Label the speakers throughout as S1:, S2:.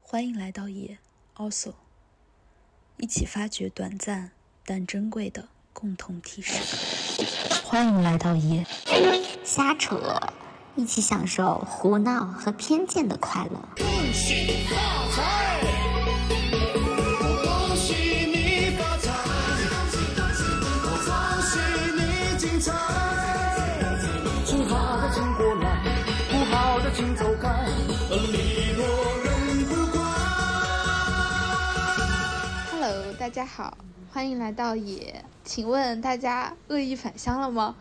S1: 欢迎来到也 also，一起发掘短暂但珍贵的共同体时刻。欢迎来到也
S2: 瞎扯，一起享受胡闹和偏见的快乐。
S3: 恭喜发财！恭喜你发财！恭喜你精彩！请好的请过来，不好的请走开，礼多人不怪。
S4: Hello，大家好，欢迎来到野。请问大家恶意返乡了吗？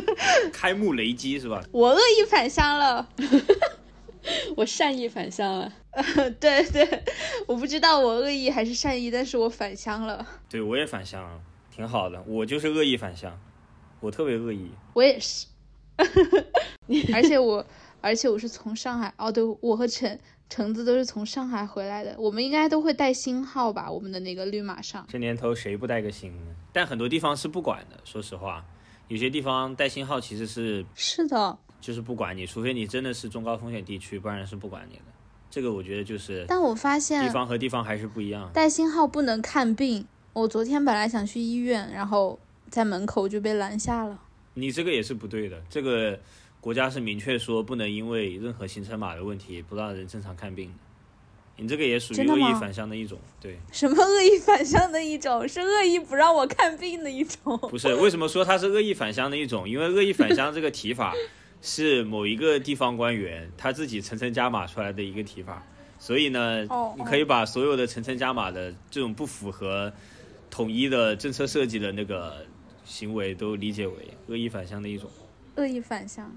S5: 开幕雷击是吧？
S4: 我恶意返乡了。
S6: 我善意返乡了。
S4: 对对，我不知道我恶意还是善意，但是我返乡了。
S5: 对，我也返乡了，挺好的。我就是恶意返乡，我特别恶意。
S4: 我也是，而且我，而且我是从上海。哦，对，我和橙橙子都是从上海回来的。我们应该都会带星号吧？我们的那个绿码上。
S5: 这年头谁不带个星呢？但很多地方是不管的，说实话，有些地方带星号其实是
S4: 是的，
S5: 就是不管你，除非你真的是中高风险地区，不然是不管你的。这个我觉得就是
S4: 但我发
S5: 地
S4: 现
S5: 方和地方还是不一样。
S4: 带星号不能看病。我昨天本来想去医院，然后在门口就被拦下了。
S5: 你这个也是不对的，这个国家是明确说不能因为任何行程码的问题不让人正常看病的。你这个也属
S4: 真
S5: 于
S4: 的
S5: 恶意
S4: 吗
S5: 返乡的一种，对。
S4: 什么恶意反向的一种，是恶意不让我看病的一种。
S5: 不是，为什么说它是恶意返乡的一种？因为恶意返乡这个提法是某一个地方官员他自己层层加码出来的一个提法，所以呢，
S4: 哦
S5: 你可以把所有的层层加码的这种不符合统一的政策设计的那个行为都理解为恶意返乡的一种。
S4: 恶意反向，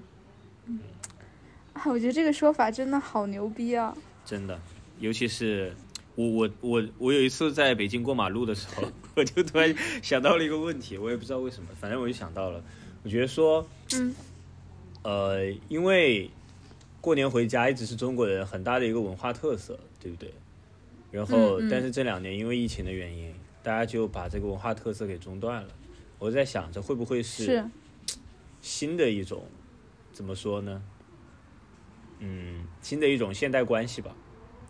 S4: 嗯，啊，我觉得这个说法真的好牛逼啊！
S5: 真的，尤其是我我我我有一次在北京过马路的时候，我就突然想到了一个问题，我也不知道为什么，反正我就想到了，我觉得说，
S4: 嗯，
S5: 呃，因为过年回家一直是中国人很大的一个文化特色，对不对？然后，
S4: 嗯嗯
S5: 但是这两年因为疫情的原因，大家就把这个文化特色给中断了。我在想，这会不会
S4: 是
S5: 新的一种，怎么说呢？嗯，新的一种现代关系吧，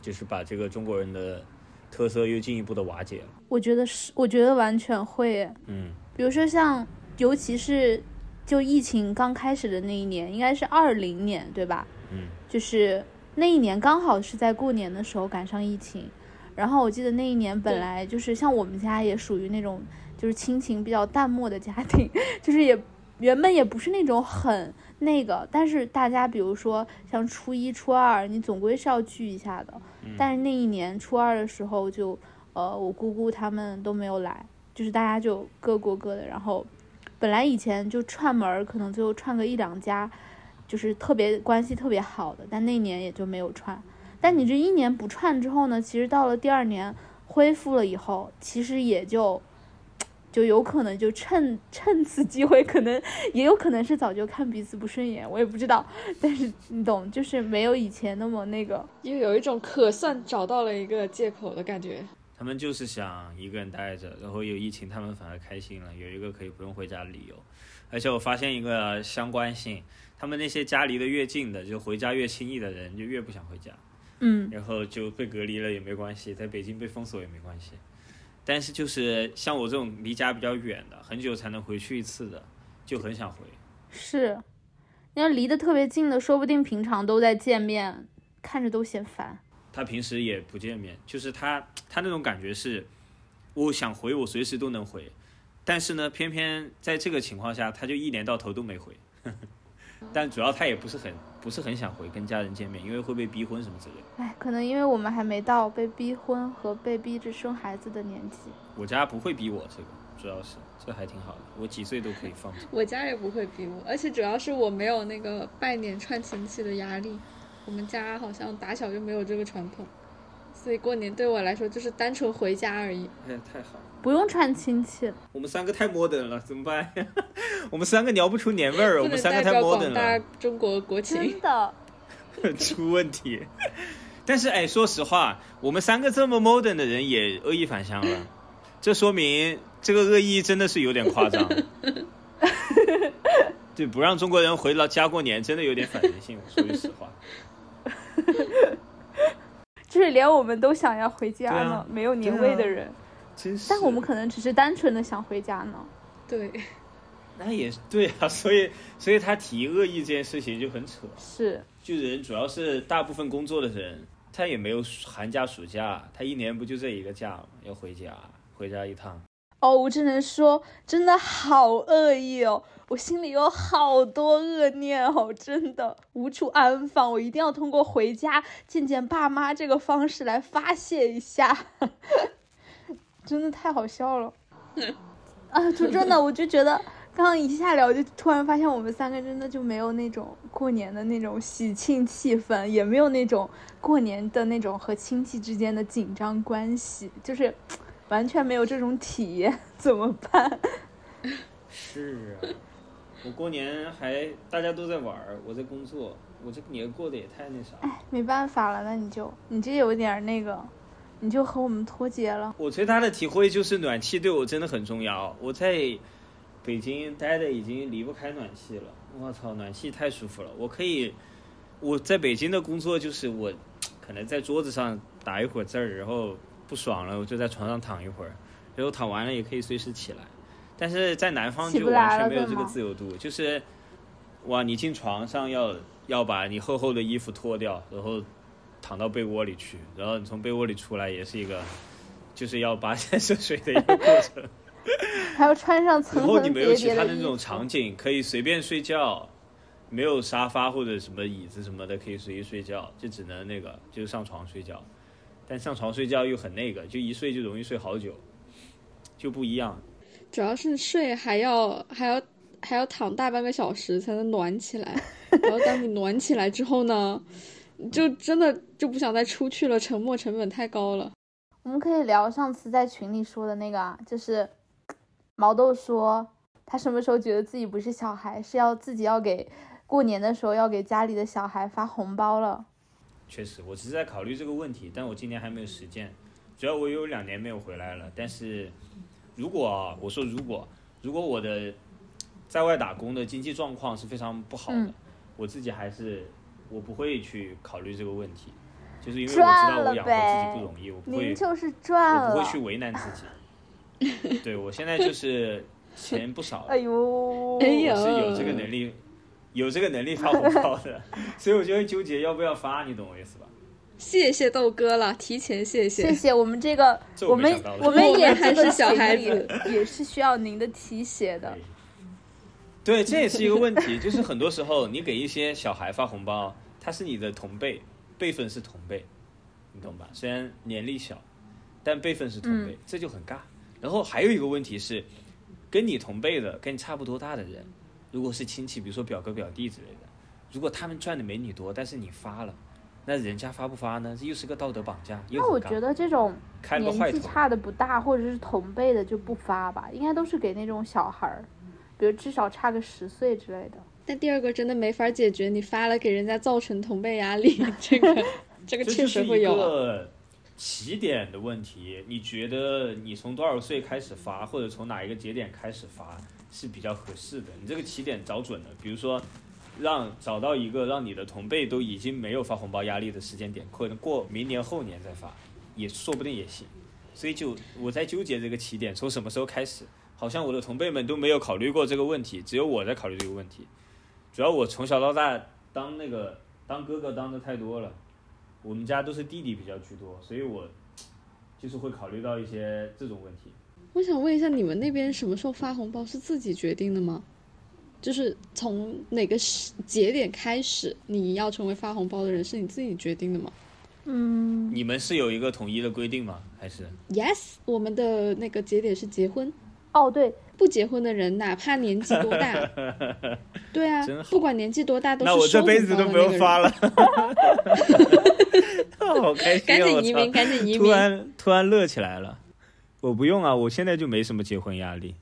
S5: 就是把这个中国人的特色又进一步的瓦解了。
S4: 我觉得是，我觉得完全会耶。
S5: 嗯，
S4: 比如说像，尤其是就疫情刚开始的那一年，应该是二零年，对吧？
S5: 嗯，
S4: 就是那一年刚好是在过年的时候赶上疫情，然后我记得那一年本来就是像我们家也属于那种就是亲情比较淡漠的家庭， 就是也原本也不是那种很那个，但是大家比如说像初一、初二，你总归是要聚一下的。但是那一年初二的时候就，呃，我姑姑他们都没有来，就是大家就各过各的。然后本来以前就串门儿，可能就串个一两家，就是特别关系特别好的，但那年也就没有串。但你这一年不串之后呢，其实到了第二年恢复了以后，其实也就。就有可能就趁趁此机会，可能也有可能是早就看彼此不顺眼，我也不知道。但是你懂，就是没有以前那么那个，
S6: 又有一种可算找到了一个借口的感觉。
S5: 他们就是想一个人待着，然后有疫情，他们反而开心了，有一个可以不用回家的理由。而且我发现一个相关性，他们那些家离得越近的，就回家越轻易的人，就越不想回家。
S4: 嗯，
S5: 然后就被隔离了也没关系，在北京被封锁也没关系。但是就是像我这种离家比较远的，很久才能回去一次的，就很想回。
S4: 是，你要离得特别近的，说不定平常都在见面，看着都嫌烦。
S5: 他平时也不见面，就是他他那种感觉是，我想回我随时都能回，但是呢，偏偏在这个情况下，他就一年到头都没回。 但主要他也不是很不是很想回跟家人见面，因为会被逼婚什么之类的。
S4: 哎，可能因为我们还没到被逼婚和被逼着生孩子的年纪。
S5: 我家不会逼我这个，主要是这还挺好的，我几岁都可以放纵。
S6: 我家也不会逼我，而且主要是我没有那个拜年串亲戚的压力。我们家好像打小就没有这个传统，所以过年对我来说就是单纯回家而已。
S5: 哎，太好了。
S4: 不用串亲戚，
S5: 我们三个太 modern 了，怎么办？ 我们三个聊不出年味儿，我
S6: 不
S5: 们
S6: 能
S5: 三个
S6: 代
S5: 太
S6: 表
S5: modern
S6: 广大
S5: 了，
S6: 中国国情。
S4: 真的，
S5: 出问题。但是哎，说实话，我们三个这么 modern 的人也恶意返乡 了，这说明这个恶意真的是有点夸 张。对，不让中国人回老家过年，真的有点反人性。我说句实话，
S4: 就是连我们都想要回家
S5: 对啊
S4: 呢，没有年
S5: 对
S4: 味
S5: 啊
S4: 的人，
S5: 真是。
S4: 但我们可能只是单纯的想回家呢。
S6: 对，
S5: 那也对啊，所以所以他提恶意这件事情就很扯。
S4: 是，
S5: 就人主要是大部分工作的人，他也没有寒假暑假，他一年不就这一个假吗？要回家，回家一趟。
S4: 哦，我只能说，真的好恶意哦！我心里有好多恶念哦，真的无处安放。我一定要通过回家见见爸妈这个方式来发泄一下， 真的太好笑了。啊，就真的，我就觉得刚刚一下聊，就突然发现我们三个真的就没有那种过年的那种喜庆气氛，也没有那种过年的那种和亲戚之间的紧张关系，就是完全没有这种体验， 怎么办？
S5: 是啊， 我过年还大家都在玩儿，我在工作，我这年过得也太那啥了。
S4: 没办法了，那你就你这有点儿那个，你就和我们脱节了。
S5: 我最大的体会就是暖气对我真的很重要。我在北京待的已经离不开暖气了，我操，暖气太舒服了。我可以，我在北京的工作就是我可能在桌子上打一会儿字儿，然后不爽了我就在床上躺一会儿，然后躺完了也可以随时起来。但是在南方
S4: 起
S5: 就
S4: 不来
S5: 完全
S4: 了
S5: 没有
S4: 对
S5: 这个
S4: 吗
S5: 自由度，就是哇，你进床上要要把你厚厚的衣服脱掉，然后躺到被窝里去，然后你从被窝里出来也是一个。就是要跋山涉水的一个过程。
S4: 还要穿上层
S5: 然后
S4: 层
S5: 你没有
S4: 叠
S5: 其
S4: 叠
S5: 他的
S4: 衣
S5: 那种
S4: 服，
S5: 场景，可以随便睡觉，没有沙发或者什么椅子什么的可以随意睡觉，就只能那个就是上床睡觉。但上床睡觉又很那个，就一睡就容易睡好久，就不一样。
S6: 主要是睡还要还要还要躺大半个小时才能暖起来， 然后当你暖起来之后呢，就真的就不想再出去了，沉没成本太高了。
S4: 我们可以聊上次在群里说的那个啊，就是 毛豆说他什么时候觉得自己不是小孩，是要自己要给过年的时候要给家里的小孩发红包了。
S5: 确实，我只是在考虑这个问题，但我今年还没有实践。主要我有两年没有回来了，但是如果啊我说如果如果我的在外打工的经济状况是非常不好的，
S4: 嗯
S5: 我自己还是我不会去考虑这个问题，就是因为我知
S4: 赚
S5: 道我
S4: 了
S5: 养活
S4: 呗
S5: 自己不容易，我不会
S4: 您就是赚
S5: 我不
S4: 了
S5: 会，去为难自己。 对我现在就是钱不少了
S4: 哎，呦，
S6: 哎呦
S5: 我是有这个能力，有这个能力发红包 的，所以我就会纠结要不要发，你懂我意思吧？
S6: 谢谢豆哥了，提前谢谢。
S4: 谢谢我们这个，
S5: 这
S4: 我
S5: 我没
S4: 们
S5: 想到的
S4: 们
S6: 我
S4: 也
S6: 们还
S4: 这个
S6: 是小
S4: 群
S6: 孩
S4: 里也，也是需要您的提携的。
S5: 对，这也是一个问题， 就是很多时候你给一些小孩发红包，他是你的同辈，辈分是同辈，你懂吧？虽然年龄小，但辈分是同
S4: 嗯
S5: 辈，这就很尬。然后还有一个问题是，跟你同辈的、跟你差不多大的人，如果是亲戚，比如说表哥、表弟之类的，如果他们赚的没你多，但是你发了，那人家发不发呢？这又是个道德绑架，又
S4: 那
S5: 很
S4: 我
S5: 尬
S4: 觉得这种
S5: 开了个坏
S4: 年纪
S5: 头。
S4: 差的不大，或者是同辈的就不发吧，应该都是给那种小孩儿，比如至少差个十岁之类的。
S6: 但第二个真的没法解决，你发了给人家造成同辈压力，这个这个
S5: 这
S6: 确
S5: 就是
S6: 实会
S5: 一
S6: 有啊。
S5: 个起点的问题。你觉得你从多少岁开始发，或者从哪一个节点开始发是比较合适的？你这个起点找准了，比如说让找到一个让你的同辈都已经没有发红包压力的时间点，可能过明年后年再发，也说不定也行。所以就我在纠结这个起点从什么时候开始，好像我的同辈们都没有考虑过这个问题，只有我在考虑这个问题。主要我从小到大当那个当哥哥当的太多了，我们家都是弟弟比较居多，所以我就是会考虑到一些这种问题。
S6: 我想问一下，你们那边什么时候发红包是自己决定的吗？就是从哪个时节点开始，你要成为发红包的人，是你自己决定的吗
S4: 嗯，
S5: 你们是有一个统一的规定吗？还是
S6: ？Yes，我们的那个节点是结婚，
S4: 哦对，
S6: 不结婚的人，哪怕年纪多 大，对啊
S5: 真，好
S6: 不管年纪多大，都是
S5: 那我这
S6: 收
S5: 辈
S6: 红
S5: 子
S6: 包
S5: 都
S6: 的
S5: 不用
S6: 那个
S5: 发
S6: 人，
S5: 了， 好开心、
S6: 赶
S5: 啊！我
S6: 紧移民，
S5: 操！
S6: 赶紧移
S5: 突
S6: 民。
S5: 然突然乐起来了。我不用啊，我现在就没什么结婚压力。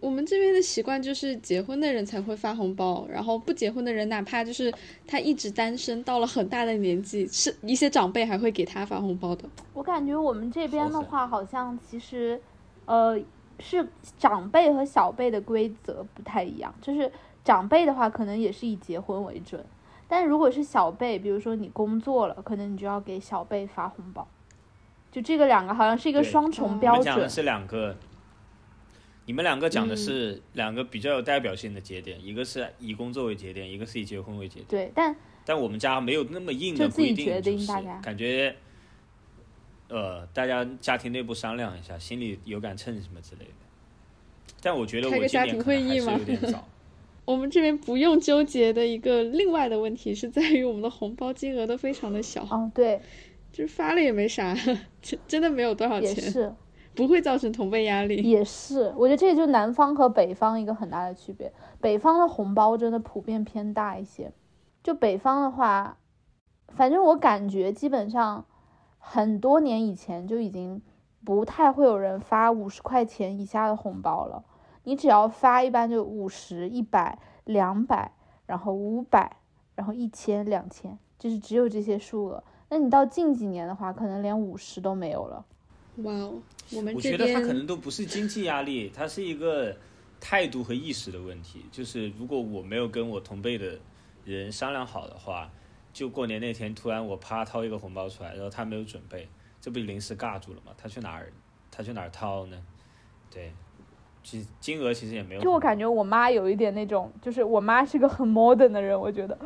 S6: 我们这边的习惯就是结婚的人才会发红包，然后不结婚的人，哪怕就是他一直单身，到了很大的年纪，是一些长辈还会给他发红包的。
S4: 我感觉我们这边的
S5: 好狠
S4: 话，好像其实，呃，是长辈和小辈的规则不太一样。就是长辈的话，可能也是以结婚为准，但如果是小辈，比如说你工作了，可能你就要给小辈发红包。就这个两个好像是一个
S5: 对嗯
S4: 双重
S5: 你
S4: 标
S5: 们讲的
S4: 准，
S5: 是两个，你们两个讲的
S6: 嗯
S5: 是两个比较有代表性的节点，一个是以工作为节点，一个是以结婚为节点。
S4: 对，但
S5: 但我们家没有那么硬
S4: 就
S5: 的
S4: 自己
S5: 规定，
S4: 决定
S5: 就是
S4: 大概
S5: 感觉，呃，大家家庭内部商量一下，心里有杆秤什么之类的。但我觉得
S6: 开
S5: 我
S6: 个
S5: 今
S6: 家
S5: 年
S6: 庭
S5: 可能
S6: 会
S5: 还
S6: 议
S5: 是
S6: 吗
S5: 有点早。
S6: 我们这边不用纠结的一个另外的问题是在于我们的红包金额都非常的小，
S4: 哦对，
S6: 就是发了也没啥， 真真的没有多少
S4: 也
S6: 钱，
S4: 是
S6: 不会造成同辈压力。
S4: 也是，我觉得这就是南方和北方一个很大的区别。北方的红包真的普遍偏大一些，就北方的话，反正我感觉基本上很多年以前就已经不太会有人发五十块钱以下的红包了。你只要发，一般就五十、一百、两百，然后五百，然后一千、两千，就是只有这些数额。那你到近几年的话，可能连五十都没有了。
S6: 哇哦，我们
S5: 我
S6: 这
S5: 觉得他可
S6: 边
S5: 能都不是经济压力，他是一个态度和意识的问题。就是如果我没有跟我同辈的人商量好的话，就过年那天突然我啪掏一个红包出来，然后他没有准备，这不就临时尬住了吗？他去哪儿？他去哪儿掏呢？对，其金额其实也没有很
S4: 就
S5: 多。
S4: 我感觉我妈有一点那种，就是我妈是个很 modern 的人，我觉得。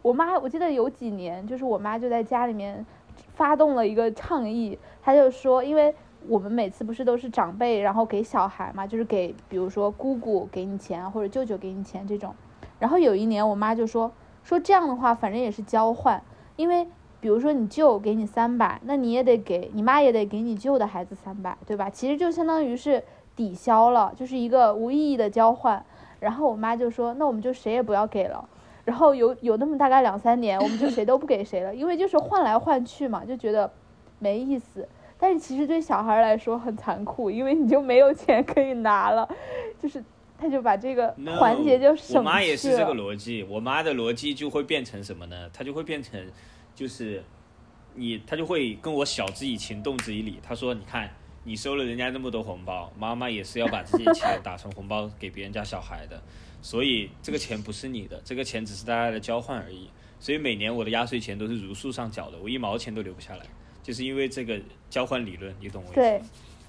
S4: 我妈，我记得有几年，就是我妈就在家里面发动了一个倡议，她就说，因为我们每次不是都是长辈，然后给小孩嘛，就是给比如说姑姑给你钱啊或者舅舅给你钱这种。然后有一年我妈就说，说这样的话反正也是交换，因为比如说你舅给你三百，那你也得给你妈也得给你舅的孩子三百，对吧？其实就相当于是抵消了，就是一个无意义的交换。然后我妈就说，那我们就谁也不要给了。然后有有那么大概两三年，我们就谁都不给谁了，因为就是换来换去嘛，就觉得没意思。但是其实对小孩儿来说很残酷，因为你就没有钱可以拿了，就是他就把这个
S5: No，
S4: 环节就省去了。
S5: 我妈也是这个逻辑，我妈的逻辑就会变成什么呢？她就会变成，就是你，她就会跟我晓之以情，动之以理。她说：“你看，你收了人家那么多红包，妈妈也是要把这些 钱打成红包给别人家小孩的，所以这个钱不是你的，这个钱只是大家的交换而已。所以每年我的压岁钱都是如数上缴的，我一毛钱都留不下来，就是因为这个交换理论，你懂我意思吗？”
S4: 对，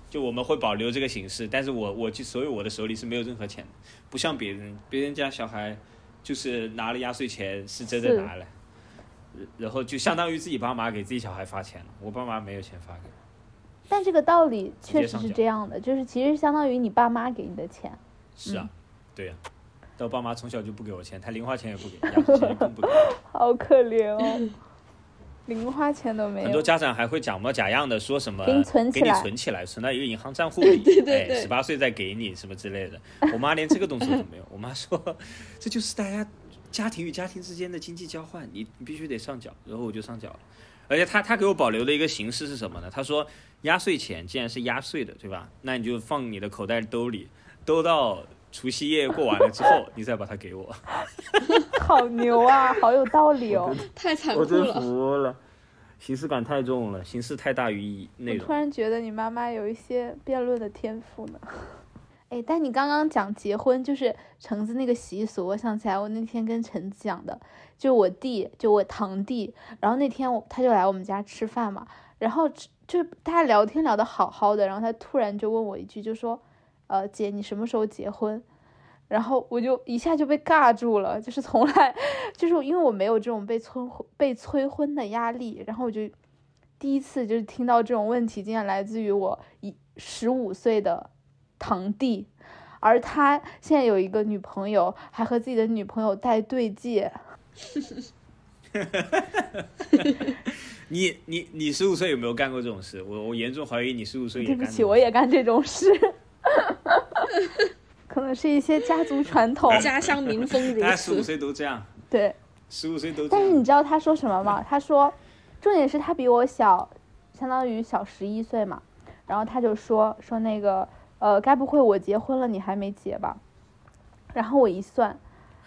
S5: 就我们会保留这个形式，但是我我就所以我的手里是没有任何钱的，不像别人，别人家小孩就是拿了压岁钱是真的
S4: 是
S5: 拿了，呃然后就相当于自己爸妈给自己小孩发钱了，我爸妈没有钱发给我，
S4: 但这个道理
S5: 直接
S4: 确实
S5: 上
S4: 是
S5: 缴
S4: 这样的，就是其实相当于你爸妈给你的钱。
S5: 是啊，对呀、但我爸妈从小就不给我钱，他零花钱也不给，压岁钱也更不给，
S4: 好可怜 哦，零花钱都没
S5: 很多
S4: 有。
S5: 家长还会假模假样的说什么
S4: 哎给你存起
S5: 给你
S4: 来
S5: 存起来，存到一个银行 账户里，
S6: 对对对
S5: 哎，十八岁再给你什么之类的。我妈连这个动作都没 有，我妈说这就是大家家庭与家庭之间的经济交换，你你必须得上缴，然后我就上缴了。而且她她给我保留的一个形式是什么呢？她说压岁钱既然是压岁的，对吧？那你就放你的口袋兜里，兜到除夕夜过完了之后，你再把它给我。
S4: 好牛啊，好有道理 哦！
S6: 太残酷了，
S5: 服了，形式感太重了，形式太大于意内
S4: 我
S5: 容
S4: 突。然觉得你妈妈有一些辩论的天赋呢。哎，但你刚刚讲结婚，就是橙子那个习俗，我想起来，我那天跟橙子讲的，就我弟，就我堂弟，然后那天我他就来我们家吃饭嘛，然后吃就大家聊天聊得好好的，然后他突然就问我一句，就说，呃，姐，你什么时候结婚？然后我就一下就被尬住了，就是从来， 就是因为我没有这种被催婚被催婚的压力，然后我就第一次就是听到这种问题，竟然来自于我一十五岁的堂弟，而他现在有一个女朋友，还和自己的女朋友戴对戒。
S5: 你你你十五岁有没有干过这种事？我我严重怀疑你十五岁也
S4: 对
S5: 干
S4: 不
S5: 过。
S4: 起，我也干这种事，可能是一些家族传统。
S6: 家乡民风 如
S5: 大家十五
S6: 此，
S5: 岁都这样，
S4: 对，
S5: 十五岁都这
S4: 但是你
S5: 样。
S4: 知道他说什么吗？他说，重点是他比我小，相当于小十一岁嘛。然后他就说说那个，呃，该不会我结婚了你还没结吧？然后我一算，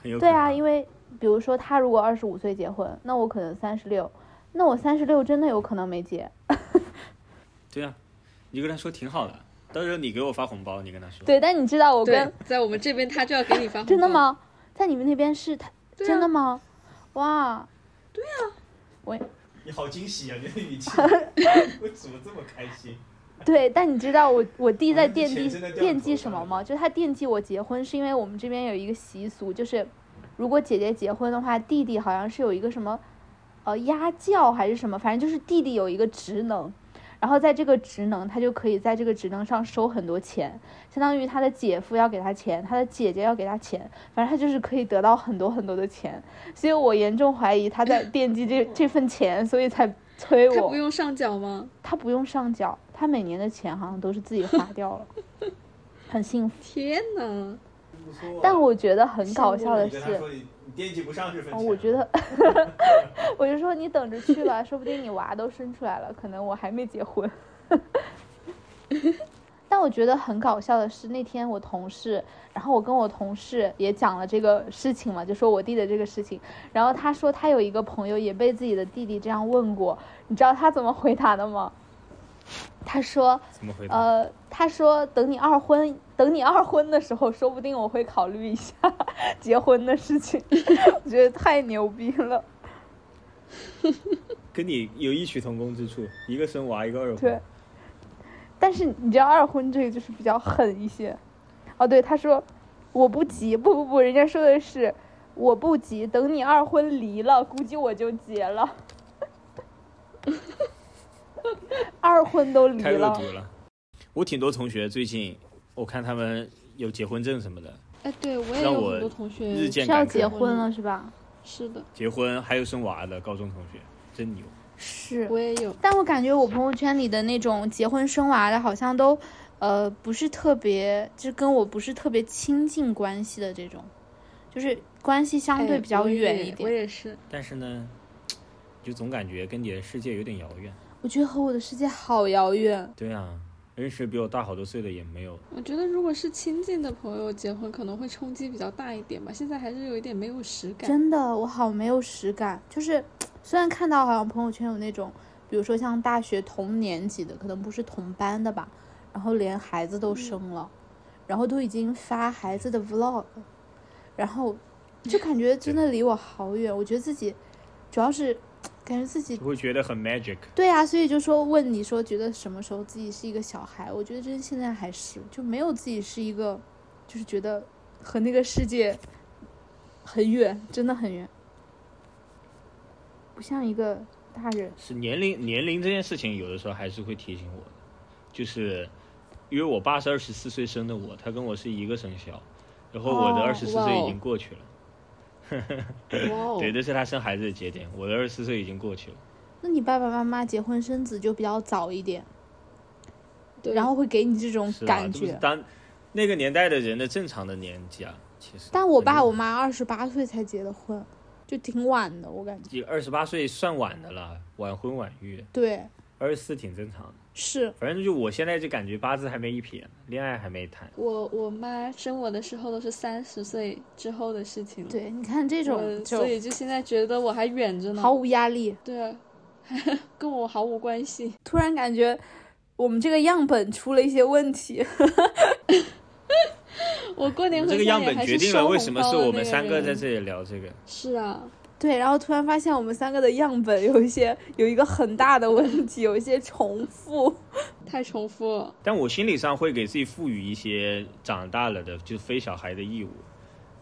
S5: 很有
S4: 对
S5: 可
S4: 啊，
S5: 能
S4: 因为比如说他如果二十五岁结婚，那我可能三十六，那我三十六真的有可能没结。
S5: 对啊，你跟他说挺好的，到时候你给我发红包，你跟他说。
S4: 对，但你知道我
S6: 对
S4: 跟，
S5: 嗯
S6: 在我们这边他就要给你发红包，
S4: 真的？吗？在你们那边是他、
S6: 对啊
S4: 真的吗？哇，
S5: 你好惊喜啊！你 的语气，我怎么这么开心？
S4: 对，但你知道我我弟在
S5: 我们
S4: 惦
S5: 之
S4: 记
S5: 前真的掉
S4: 惦
S5: 头
S4: 记什
S5: 发
S4: 么
S5: 了
S4: 吗？就他惦记我结婚，是因为我们这边有一个习俗，就是如果姐姐结婚的话，弟弟好像是有一个什么呃压轿还是什么，反正就是弟弟有一个职能。然后在这个职能，他就可以在这个职能上收很多钱，相当于他的姐夫要给他钱，他的姐姐要给他钱，反正他就是可以得到很多很多的钱。所以我严重怀疑他在惦记这这份钱，所以才催我。
S6: 他不用上缴吗？
S4: 他不用上缴，他每年的钱好像都是自己花掉了，很幸福。
S6: 天哪！
S5: 不错啊
S4: 但我觉得很搞笑的
S5: 你跟他
S4: 是，
S5: 说你你惦记不上这份
S4: 哦
S5: 钱，
S4: 我觉得， 我就说你等着去吧，说不定你娃都生出来了，可能我还没结婚。 但我觉得很搞笑的是，那天我同事，然后我跟我同事也讲了这个事情嘛，就说我弟的这个事情，然后他说他有一个朋友也被自己的弟弟这样问过，你知道他怎么回答的吗？他说，
S5: 怎么回答？
S4: 呃，他说等你二婚，等你二婚的时候，说不定我会考虑一下结婚的事情。 我觉得太牛逼了，
S5: 跟你有异曲同工之处，一个生娃，一个二
S4: 对
S5: 婚。。
S4: 但是你知道二婚这个就是比较狠一些。哦，对，他说我不急，不不不，人家说的是我不急，等你二婚离了，估计我就结了。二婚都离
S5: 太恶
S4: 了
S5: 毒，了。我挺多同学最近，我看他们有结婚证什么的，
S6: 哎，对我也
S5: 让
S6: 有
S5: 我
S6: 很多同学
S5: 日渐
S4: 是嗯要
S5: 感
S4: 结
S5: 慨。
S4: 婚了是吧？
S6: 是的，
S5: 结婚还有生娃的高中同学，真牛。
S4: 是
S6: 我也有。
S4: 但我感觉我朋友圈里的那种结婚生娃的，好像都，呃，不是特别，就是跟我不是特别亲近关系的这种，就是关系相对
S6: 哎
S4: 比较
S6: 我也
S4: 远一
S6: 我
S4: 点。
S6: 也是，
S5: 但是呢，就总感觉跟你的世界有点遥远。
S4: 我觉得和我的世界好遥远。
S5: 对啊，认识比我大好多岁的也没有。
S6: 我觉得如果是亲近的朋友结婚，可能会冲击比较大一点吧。现在还是有一点没有实感。
S4: 真的，我好没有实感。就是虽然看到好像朋友圈有那种，比如说像大学同年级的，可能不是同班的吧，然后连孩子都生了，然后都已经发孩子的 vlog，了然后就感觉真的离我好远。我觉得自己主要是感觉自己
S5: 就会觉得很 magic。
S4: 对啊，所以就说问你说觉得什么时候自己是一个小孩？我觉得真现在还是就没有自己是一个，就是觉得和那个世界很远，真的很远，不像一个大人。
S5: 是年龄年龄这件事情，有的时候还是会提醒我的，就是因为我爸是二十四岁生的我，他跟我是一个生肖，然后我的
S4: 哦
S5: 二十四
S6: 哇
S5: 岁
S6: 哦
S5: 已经过去了，
S6: 哇哦！
S5: 对，这是他生孩子的节点，我的二十四岁已经过去了。
S4: 那你爸爸妈妈结婚生子就比较早一点，
S6: 对
S4: 然后会给你这种
S5: 是啊，
S4: 感
S5: 这不是
S4: 觉。
S5: 当那个年代的人的正常的年纪啊，其实。
S4: 但我爸我妈二十八岁才结的婚，就挺晚的，我感觉。
S5: 二十八岁算晚的了，晚婚晚育，
S4: 对，
S5: 二十四挺正常的。
S4: 是
S5: 反正就我现在就感觉八字还没一撇，恋爱还没谈，
S6: 我我妈生我的时候都是三十岁之后的事情了。
S4: 对，你看这
S6: 我，
S4: 种就
S6: 嗯所以就现在觉得我还远着呢。
S4: 毫无压力。
S6: 对啊， 跟我毫无关系。
S4: 突然感觉我们这个样本出了一些问题。
S6: 我过年回
S5: 这个
S6: 家
S5: 样
S6: 也
S5: 本
S6: 还
S5: 决
S6: 是
S5: 定
S6: 收
S5: 了为
S6: 红
S5: 什么
S6: 包
S5: 是
S6: 的
S5: 我
S6: 那
S5: 们三个
S6: 人
S5: 在这里聊这个。
S6: 是啊，
S4: 对，然后突然发现我们三个的样本有一些有一个很大的问题，有一些重复。
S6: 太重复了。
S5: 但我心理上会给自己赋予一些长大了的，就是非小孩的义务，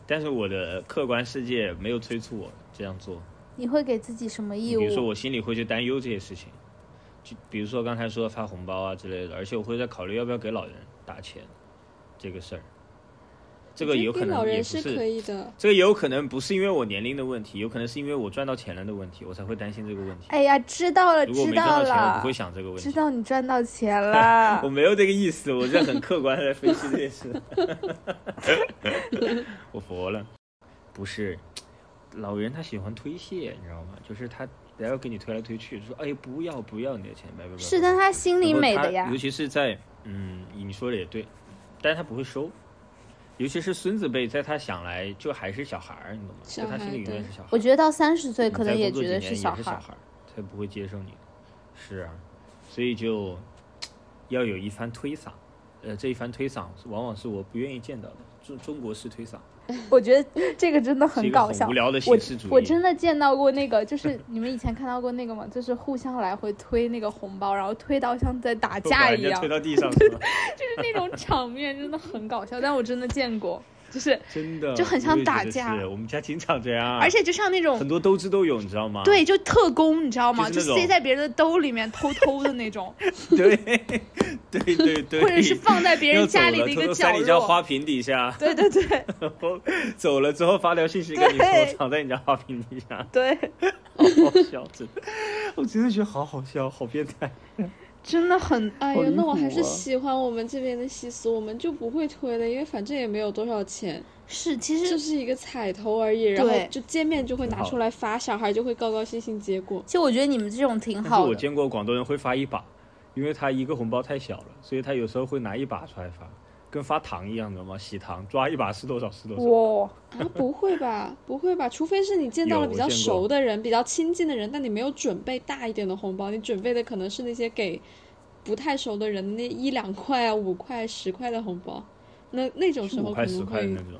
S5: 但是我的客观世界没有催促我这样做。
S4: 你会给自己什么义
S5: 比如说，
S4: 务？
S5: 我心里会去担忧这些事情，就比如说刚才说的发红包啊之类的，而且我会在考虑要不要给老人打钱这个事儿。这个
S6: 我觉得
S5: 有
S6: 给
S5: 可
S6: 老
S5: 能也
S6: 人
S5: 不
S6: 是可以的。
S5: 这个也有可能不是因为我年龄的问题，有可能是因为我赚到钱了的问题，我才会担心这个问题。
S4: 哎呀，知道了，
S5: 如果我
S4: 知
S5: 没赚到
S4: 道
S5: 钱，我
S4: 了
S5: 不会，想这个问题。
S4: 知道你赚到 钱了
S5: 我。没有这个意思，我在很客观的分析这件 事。我服了，不是，老人他喜欢推卸，你知道吗？就是他还要给你推来推去，说哎不要不要你的钱，拜拜拜。
S4: 是，但他心里
S5: 然后
S4: 美
S5: 他
S4: 的呀
S5: 尤。其是在嗯，你说的也对，但是他不会收。尤其是孙子辈，在他想来就还是小孩儿，你懂吗？在
S6: 小
S5: 他心
S6: 孩
S5: 里永远
S6: 对
S5: 是小孩儿。
S4: 我觉得到三十岁
S5: 你
S4: 可
S5: 再
S4: 能也
S5: 工作
S4: 觉
S5: 几
S4: 得
S5: 年也
S4: 小
S5: 是
S4: 孩儿。
S5: 儿，他不会接受你的。是啊，所以就要有一番推搡，呃，这一番推搡往往是我不愿意见到的。中中国式推搡，
S4: 我觉得这个真的
S5: 是
S4: 很
S5: 一个
S4: 搞
S5: 很
S4: 笑
S5: 无。聊的
S4: 我
S5: 形式主义。
S4: 我真的见到过那个，就是你们以前看到过那个吗？就是互相来回推那个红包，然后推到像在打
S5: 把
S4: 架
S5: 人
S4: 一
S5: 家
S4: 样，
S5: 推
S4: 就是
S5: 到 地上，是吧
S4: 那种场面真的很搞笑。但我真的见过，就是
S5: 真的
S4: 就很像
S5: 我也觉
S4: 打
S5: 得
S4: 架
S5: 是我们家经常这样，
S4: 而且就像那种
S5: 啊很多斗智斗勇，你知道吗？
S4: 对，就特工，你知道吗？
S5: 就
S4: 就是
S5: 那种
S4: 塞在别人的兜里面偷偷的那种，
S5: 对对对对，
S4: 或者是放在别
S5: 要
S4: 人
S5: 走
S4: 家
S5: 了
S4: 里的一
S5: 偷
S4: 个
S5: 偷
S4: 角
S5: 塞你家
S4: 落。
S5: 花瓶底下，
S4: 对对对
S5: 然后走了之后发条信息跟你说
S4: 对
S5: 藏在你家花瓶底下，
S4: 对，
S5: 好好笑，真的， 我真的觉得好好笑，好变态。
S4: 真的很
S6: 哎
S5: 好
S6: 呀，
S5: 离
S6: 那我
S5: 谱
S6: 还是
S5: 啊
S6: 喜欢我们这边的习俗，我们就不会推了，因为反正也没有多少钱，
S4: 是，其
S6: 就
S4: 实
S6: 是一个彩头而已，然后
S4: 对
S6: 就见面就会拿
S5: 挺好
S6: 出来发，小孩就会高高兴兴结果。
S4: 其实我觉得你们这种挺
S5: 但是
S4: 好
S5: 我
S4: 的，
S5: 见过广东人会发一把，因为他一个红包太小了，所以他有时候会拿一把出来发，跟发糖一样，你知道吗？喜糖抓一把是多少是多少。
S4: 哇，
S6: 啊，不会吧，不会吧，除非是你见到
S5: 有
S6: 了比
S5: 我
S6: 较
S5: 见过
S6: 熟的人、比较亲近的人，但你没有准备大一点的红包，你准备的可能是那些给不太熟的人的那一两块啊、五块、十块的红包，那那种时
S5: 五
S6: 候可
S5: 块十
S6: 能
S5: 块的
S6: 会
S5: 那种，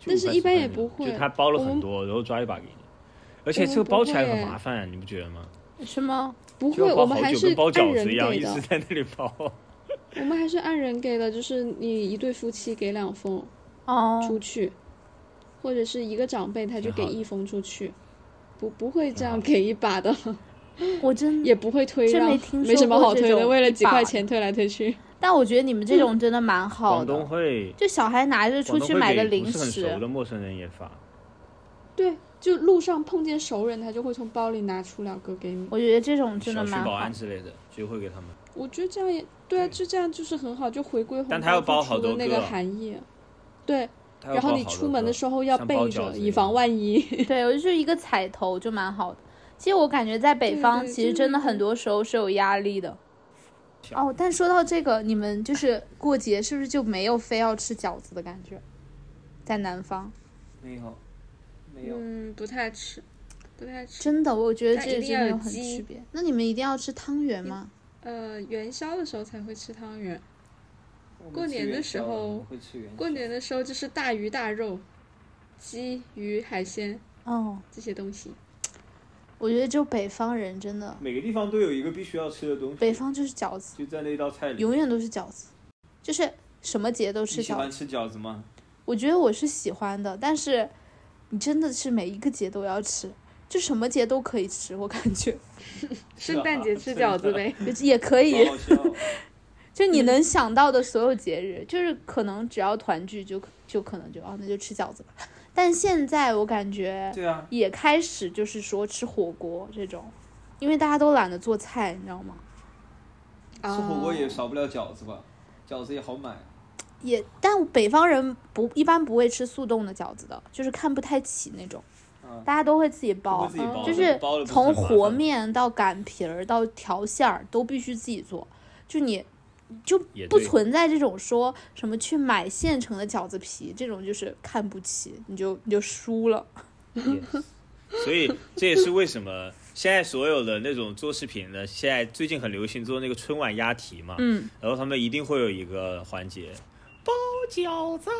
S5: 就
S6: 但是
S5: 5块
S6: 一般
S5: 10
S6: 也
S5: 块
S6: 不
S5: 那种就
S6: 会
S5: 他包了
S6: 我
S5: 很
S6: 们
S5: 多，然后抓一把给你，而且
S6: 我
S5: 这
S6: 们
S5: 个
S6: 不
S5: 包起来
S6: 会
S5: 很
S6: 耶
S5: 麻烦，你不觉得吗？
S4: 是吗？
S6: 不
S5: 就
S6: 会，
S5: 要包
S6: 我们
S5: 好
S6: 还
S5: 久，
S6: 是
S5: 跟包
S6: 按
S5: 饺
S6: 人
S5: 子一样，
S6: 给
S5: 一
S6: 的
S5: 直，在那里包。
S6: 我们还是按人给的，就是你一对夫妻给两封
S4: 哦，
S6: 出去，或者是一个长辈他就
S5: 挺
S6: 给
S5: 好的
S6: 一封出去，不不会这
S5: 挺好
S6: 样
S5: 的
S6: 给一把的。
S4: 我真
S6: 也不会推
S4: 真
S6: 让，
S4: 没听
S6: 什
S4: 说
S6: 么
S4: 过
S6: 好
S4: 这
S6: 推的，
S4: 种
S6: 为了
S4: 一
S6: 几块
S4: 把
S6: 钱推来 推去。
S4: 但我觉得你们这
S6: 嗯
S4: 种真的蛮好
S5: 广东
S4: 的，
S5: 会，
S4: 就小孩拿着出
S5: 广东
S4: 去
S5: 会
S4: 买
S5: 给
S4: 个零
S5: 不是很熟
S4: 食，
S5: 的陌生人也发，
S6: 对，就路上碰见熟人，他就会从包里拿出两个给你。
S4: 我觉得这种真的
S5: 小区
S4: 蛮
S5: 保
S4: 好
S5: 安。之类的就会给他们。
S6: 我觉得这样也对啊，
S5: 对
S6: 就这样就是很好，就回归红
S5: 但他要
S6: 付
S5: 包
S6: 出
S5: 好
S6: 的
S5: 多
S6: 那
S5: 个
S6: 个
S5: 啊
S6: 含义。对，
S5: 他要
S6: 然后
S5: 包
S6: 你
S5: 好
S6: 出
S5: 多
S6: 门的
S5: 个
S6: 时候要
S5: 像包饺
S6: 备着，
S5: 子一
S6: 以防
S5: 样
S6: 万一。
S4: 对，我就是一个彩头就蛮好的。其实我感觉在北
S6: 对
S4: 方，
S6: 对
S4: 其实
S6: 对
S4: 真的
S6: 对
S4: 很
S6: 对
S4: 多时候是有压力的。哦，但说到这个，你们就是过节是不是就没有非要吃饺子的感觉？在南方，
S5: 没有，没
S6: 嗯，不太吃，不太吃。
S4: 真的，我觉得
S6: 但
S4: 这
S6: 一
S4: 个
S6: 定
S4: 真
S6: 要
S4: 的有
S6: 有
S4: 很
S6: 鸡
S4: 区别。那你们一定要吃汤圆吗？
S6: 呃，元宵的时候才会吃汤圆，过年的时候
S5: 会吃元
S6: 过年的时候就是大鱼大肉，鸡、鱼、海鲜
S4: 哦，
S6: 这些东西。
S4: 我觉得就北方人真的，
S5: 每个地方都有一个必须要吃的东西，
S4: 北方就是饺子，
S5: 就在那道菜里。
S4: 永远都是饺子，就是什么节都吃
S5: 你喜
S4: 饺
S5: 欢
S4: 子。
S5: 吃饺子吗？
S4: 我觉得我是喜欢的，但是你真的是每一个节都要吃，就什么节都可以吃，我感觉
S5: 是
S6: 圣诞
S5: 啊
S6: 节吃
S5: 真
S6: 饺子
S5: 的
S6: 呗。
S4: 也可以。
S5: 好笑。
S4: 就你能想到的所有节日，就是可能只要团聚就就可能就啊，那就吃饺子吧。 但现在我感觉
S5: 对啊，
S4: 也开始就是说吃火锅这种，因为大家都懒得做菜，你知道吗？
S5: 吃火锅也
S6: 哦
S5: 少不了饺子吧，饺子也好买。
S4: 也，但北方人不一般不会吃速冻的饺子的，就是看不太起那种，
S5: 嗯
S4: 大家都会自己
S5: 都会
S4: 包
S5: 自，己包的，
S4: 哦就是
S5: 包了不
S4: 从
S5: 很麻
S4: 和
S5: 烦，
S4: 面到擀皮儿到调馅儿都必须自己做，就你就
S5: 也
S4: 不
S5: 对
S4: 存在这种说什么去买现成的饺子皮这种，就是看不起，你就你就输了。啊
S5: Yes 所以这也是为什么现在所有的那种做视频的，现在最近很流行做那个春晚押题嘛，
S4: 嗯，
S5: 然后他们一定会有一个环节包饺子。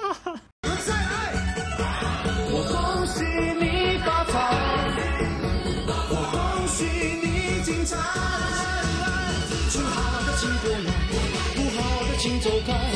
S3: 我再爱，我恭喜你发财，我恭喜你精彩。吃好的请过来，不好的请走开。